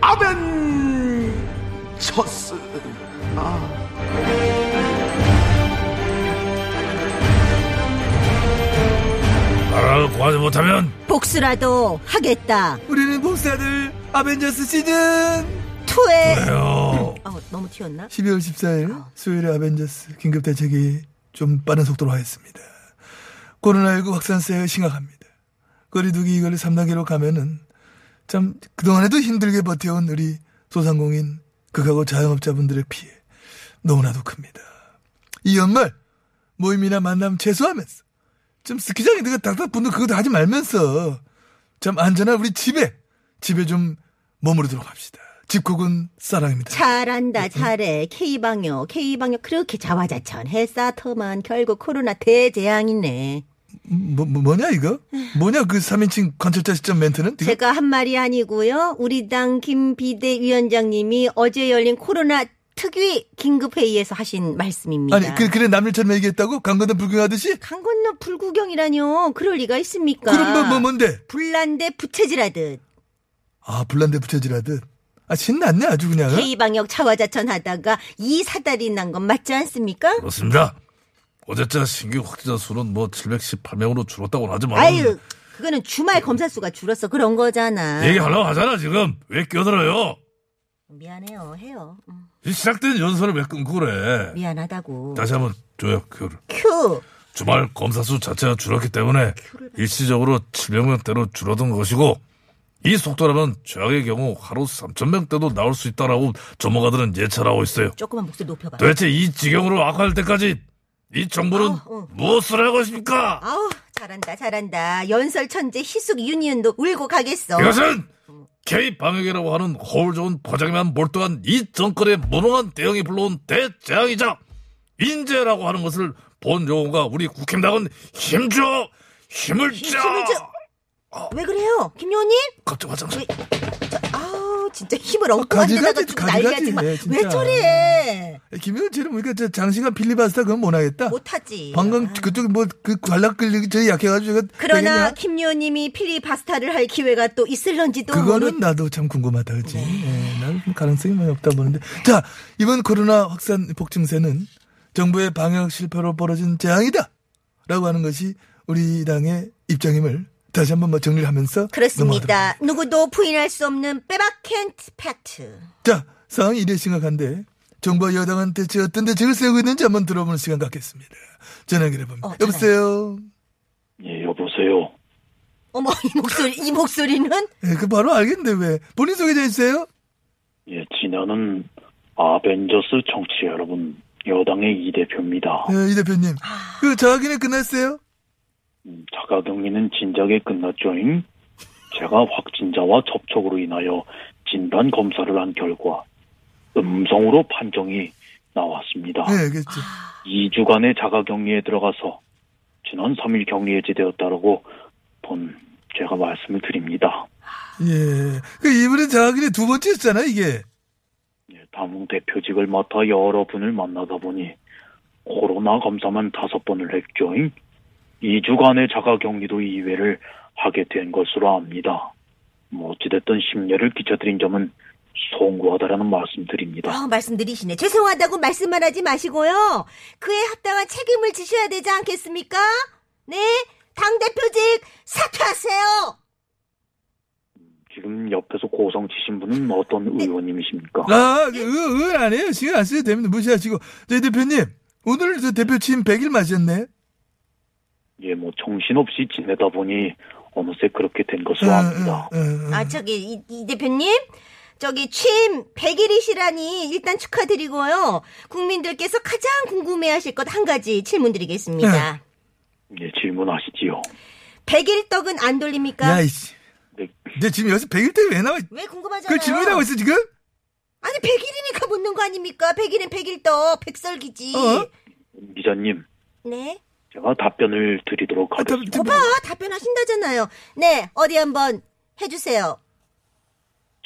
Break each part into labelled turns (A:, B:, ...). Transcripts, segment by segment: A: 아벤처스.
B: 나라를 구하지 못하면
C: 복수라도 하겠다.
D: 우리는 복사들 아벤져스 시즌
C: 투에
B: 돼요.
C: 어, 너무 튀었나?
D: 12월 14일 수요일에 아벤져스 긴급 대책이 좀 빠른 속도로 하였습니다. 코로나19 확산세가 심각합니다. 거리두기 이걸 3단계로 가면은 참 그동안에도 힘들게 버텨온 우리 소상공인 극하고 자영업자분들의 피해 너무나도 큽니다. 이 연말 모임이나 만남 최소하면서 좀 스키장에 내가 딱딱분들 그것도 하지 말면서 참 안전한 우리 집에 집에 좀 머무르도록 합시다. 집콕은 사랑입니다.
C: 잘한다, 잘해. K방역, K방역 그렇게 자화자찬해 쌓더만 결국 코로나 대재앙이네.
D: 뭐, 뭐, 냐 이거? 뭐냐 그 3인칭 관철자 시점 멘트는? 이거?
C: 제가 한 말이 아니고요. 우리 당 김 비대위원장님이 어제 열린 코로나 특위 긴급회의에서 하신 말씀입니다.
D: 아니 그, 그래 남일처럼 얘기했다고? 강건담 불경하듯이?
C: 강 건너 불구경이라뇨. 그럴 리가 있습니까?
D: 그럼 뭐, 뭐 뭔데?
C: 불난데 부채질하듯.
D: 아 불난데 부채질하듯 아 신났네 아주 그냥 어?
C: K방역 차와자천 하다가 이 사달이 난 건 맞지 않습니까?
B: 그렇습니다. 어제자 신규 확진자 수는 뭐 718명으로 줄었다고는 하지만
C: 아유, 그거는 주말
D: 음.
C: 검사 수가 줄었어. 그런 거잖아.
B: 얘기하려고 하잖아 지금. 왜 끼어들어요?
C: 미안해요. 해요. 음,
B: 이 시작된 연설을 왜 끊고 그래.
C: 미안하다고.
B: 다시 한번 줘요 큐를.
C: 큐!
B: 주말 검사 수 자체가 줄었기 때문에 일시적으로 700명대로 줄어든 것이고 이 속도라면 최악의 경우 하루 3,000명대도 나올 수 있다라고 전문가들은 예찰하고 있어요.
C: 조금만 목소리 높여봐.
B: 도대체 이 지경으로 악화할 때까지 이 정부는
C: 어, 어.
B: 무엇을 할 것입니까?
C: 아우, 잘한다, 잘한다. 연설 천재 희숙 유니언도 울고 가겠어.
B: 이것은 K 방역이라고 하는 허울 좋은 포장에만 몰두한 이 정권의 무능한 대응이 불러온 대재앙이자 인재라고 하는 것을 본 용어가 우리 국힘당은 힘줘 힘을 줘
C: 힘을 줘! 왜 그래요? 김요님?
B: 갑자기 화장실
C: 아우, 진짜 힘을 얻고
D: 가지가지,
C: 앉아다가 죽 난리야,
D: 가지가지,
C: 정말.
D: 진짜.
C: 왜 저래?
D: 김효은 씨는 보니까 저 장시간 빌리바스타 그건 못하겠다
C: 못하지.
D: 방금 그쪽 뭐그 관락 끌리기 저희 약해가지고 제가
C: 그러나
D: 되겠냐?
C: 김요님이 필리바스타를 할 기회가 또 네. 있을런지도
D: 그거는 나도 참 궁금하다 그지 예, 난뭐 가능성이 많이 없다 보는데 자 이번 코로나 확산 폭증세는 정부의 방역 실패로 벌어진 재앙이다 라고 하는 것이 우리 당의 입장임을 다시 한번 뭐 정리를 하면서 넘어가도록
C: 그렇습니다. 누구도 부인할 수 없는 빼박한 팩트.
D: 자, 상황이 이래 심각한데 정부와 여당은 대체 어떤 대책을 세우고 있는지 한번 들어보는 시간 갖겠습니다. 전화 연결해봅니다.
C: 어, 전화.
D: 여보세요?
E: 예, 여보세요.
C: 어머 이 목소리 이 목소리는
D: 예, 그 바로 알겠는데 왜? 본인 소개 좀 해주세요.
E: 예, 지나는 아벤져스 정치 여러분, 여당의 이 대표입니다.
C: 어.
D: 예, 이 대표님.
C: 아.
D: 그 자가격리 끝났어요?
E: 음, 자가격리는 진작에 끝났죠잉. 제가 확진자와 접촉으로 인하여 진단 검사를 한 결과 음성으로 판정이 나왔습니다.
C: 아.
D: 예, 그렇죠.
E: 2주간의 자가격리에 들어가서 지난 3일 격리 해제되었다라고 본 제가 말씀을 드립니다.
D: 예. 그 이번에 자가격리 두 번째였잖아요, 이게.
E: 예, 당국 대표직을 맡아 여러 분을 만나다 보니 코로나 검사만 다섯 번을 했죠. 2주간의 자가격리도 이외를 하게 된 것으로 압니다. 뭐 어찌됐든 심려를 끼쳐드린 점은 송구하다라는 말씀드립니다.
C: 아, 말씀드리시네. 죄송하다고 말씀만 하지 마시고요. 그에 합당한 책임을 지셔야 되지 않겠습니까? 네, 당 대표직 사퇴하세요.
E: 지금 옆에서 고성 치신 분은 어떤 의원님이십니까?
D: 아, 그, 의, 의 아니에요. 신경 안 쓰셔도 됩니다. 무시하시고. 저희 대표님, 오늘 저 대표 취임 100일 맞이었네.
E: 예, 뭐 정신없이 지내다 보니 어느새 그렇게 된 것으로 압니다.
D: 어, 어, 어.
C: 아 저기 이, 이 대표님. 저기 취임 100일이시라니 일단 축하드리고요. 국민들께서 가장 궁금해하실 것 한 가지
D: 네.
C: 질문드리겠습니다.
D: 음.
E: 예, 질문하시지요.
C: 100일 떡은 안 돌립니까?
D: 야, 이씨.
E: 네,
D: 내 지금 여기서 100일 때왜 나와?
C: 왜 궁금하잖아요.
D: 그- 그걸 질문하고 있어, 지금?
F: 아니 100일이니까 묻는 거 아닙니까? 100일은 100일떡 백설기지.
D: 어?
E: 기자님,
F: 네.
E: 제가 답변을 드리도록
D: 아, 답,
E: 하겠습니다.
D: 답,
F: 거봐 답변하신다잖아요. 네 어디 한번 해주세요.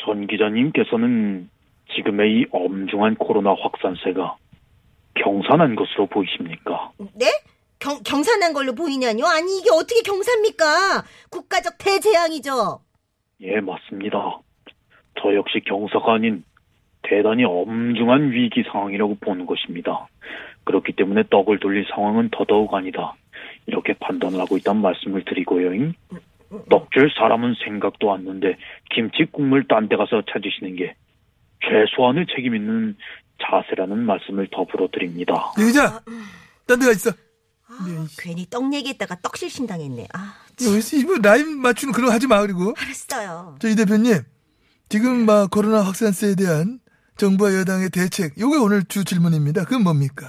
E: 전 기자님께서는 지금의 이 엄중한 코로나 확산세가 경산한 것으로 보이십니까?
F: 네? 경, 경산한 걸로 보이냐뇨? 아니 이게 어떻게 경사입니까? 국가적 대재앙이죠.
E: 예, 맞습니다. 저 역시 경사가 아닌 대단히 엄중한 위기 상황이라고 보는 것입니다. 그렇기 때문에 떡을 돌릴 상황은 더더욱 아니다. 이렇게 판단을 하고 있다는 말씀을 드리고요. 떡 줄 사람은 생각도 않는데 김치 국물 딴 데 가서 찾으시는 게 최소한의 책임 있는 자세라는 말씀을 더불어 드립니다.
D: 여기자. 딴 데가 있어.
F: 아,
D: 네.
F: 괜히 떡 얘기했다가 떡 실신당했네. 아
D: 여기서 이거 라임 맞추는 그런 거 하지 마 그리고.
F: 알았어요.
D: 저 이 대표님 지금 막 코로나 확산세에 대한 정부와 여당의 대책 요게 오늘 주 질문입니다. 그건 뭡니까?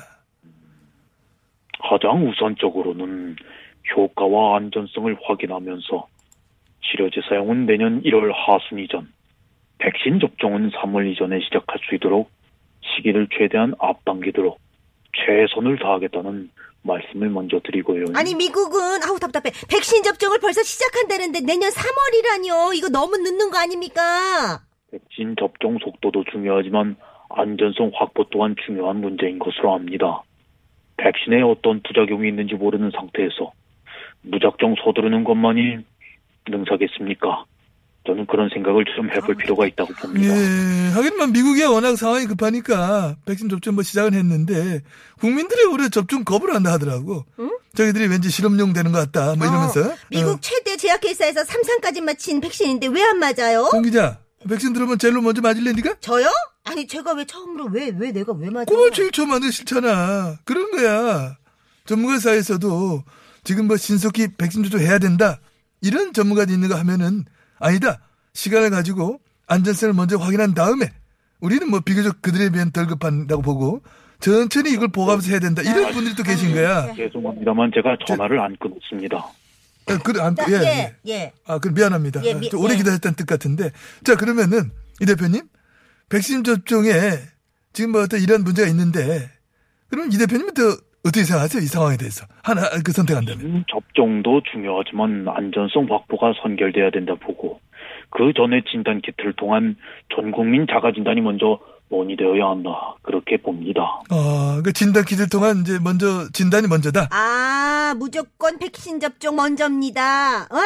E: 가장 우선적으로는 효과와 안전성을 확인하면서 치료제 사용은 내년 1월 하순 이전, 백신 접종은 3월 이전에 시작할 수 있도록 시기를 최대한 앞당기도록 최선을 다하겠다는 말씀을 먼저 드리고요.
F: 아니 미국은 아우 답답해. 백신 접종을 벌써 시작한다는데 내년 3월이라뇨. 이거 너무 늦는 거 아닙니까?
E: 백신 접종 속도도 중요하지만 안전성 확보 또한 중요한 문제인 것으로 압니다. 백신에 어떤 부작용이 있는지 모르는 상태에서 무작정 서두르는 것만이 능사겠습니까? 저는 그런 생각을 좀 해볼 필요가 있다고 봅니다.
D: 예, 하긴만 미국이 워낙 상황이 급하니까 백신 접종 뭐 시작은 했는데 국민들이 오히려 접종 거부를 한다 하더라고. 저희들이 왠지 실험용 되는 것 같다. 뭐 이러면서.
F: 어, 미국
D: 어.
F: 최대 제약회사에서 3상까지 마친 백신인데 왜 안 맞아요?
D: 정 기자 백신 들으면 제일 먼저 맞을래 니가?
F: 저요? 아니 제가 왜 처음으로 왜 왜 내가 왜 맞아?
D: 그걸 제일 처음 하는 게 싫잖아. 그런 거야. 전문가 사이에서도 지금 뭐 신속히 백신 접종해야 된다. 이런 전문가도 있는가 하면은 아니다. 시간을 가지고 안전성을 먼저 확인한 다음에 우리는 뭐 비교적 그들에 비해 덜 급한다고 보고 천천히 이걸 보강해서 해야 된다. 이런 분들이 또 계신 거야.
E: 네. 죄송합니다만 제가 전화를 안 끊었습니다.
D: 아, 그래, 안,
F: 나-
D: 예,
F: 예,
D: 예.
F: 예.
D: 아, 그 미안합니다.
F: 예, 미-
D: 좀 오래
F: 예.
D: 기다렸다는 뜻 같은데. 자, 그러면은 이 대표님 백신 접종에 지금 뭐 어떤 이런 문제가 있는데 그럼 이 대표님은 또 어떻게 생각하세요? 이 상황에 대해서 하나 그 선택한다면.
E: 음, 접종도 중요하지만 안전성 확보가 선결돼야 된다 보고 그 전에 진단 키트를 통한 전 국민 자가 진단이 먼저 논의되어야 한다 그렇게 봅니다.
D: 어, 그 진단 기준 동안 이제 먼저 진단이 먼저다.
F: 아, 무조건 백신 접종 먼저입니다. 어?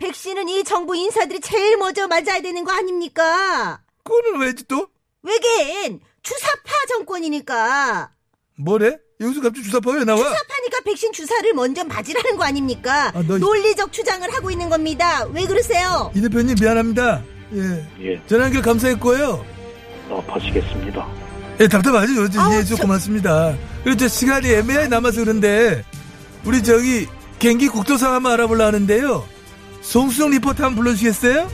F: 백신은 이 정부 인사들이 제일 먼저 맞아야 되는 거 아닙니까?
D: 그거는 왜지 또
F: 외계인 주사파 정권이니까
D: 뭐래? 여기서 갑자기 주사파가 왜 나와?
F: 주사파니까 백신 주사를 먼저 맞으라는 거 아닙니까?
D: 아, 너 이-
F: 논리적 주장을 하고 있는 겁니다. 왜 그러세요?
D: 이 대표님 미안합니다. 예.
E: 예,
D: 전화 연결 감사했고요.
E: 답하시겠습니다.
D: 예, 답답하죠. 요즘
F: 아우,
D: 이해해 주셔서
F: 저-
D: 고맙습니다. 그리고 저 시간이 애매하게 남아서 그런데, 우리 저기, 경기 국도상 한번 알아보려 하는데요. 송수정 리포터 한번 불러주시겠어요?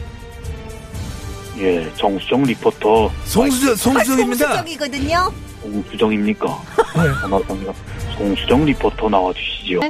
E: 예, 정수정 리포터 음,
D: 송수정, 송수정입니다.
F: 성수적이거든요.
E: 송수정입니까? 전화상담 송수정 리포터 나와주시죠.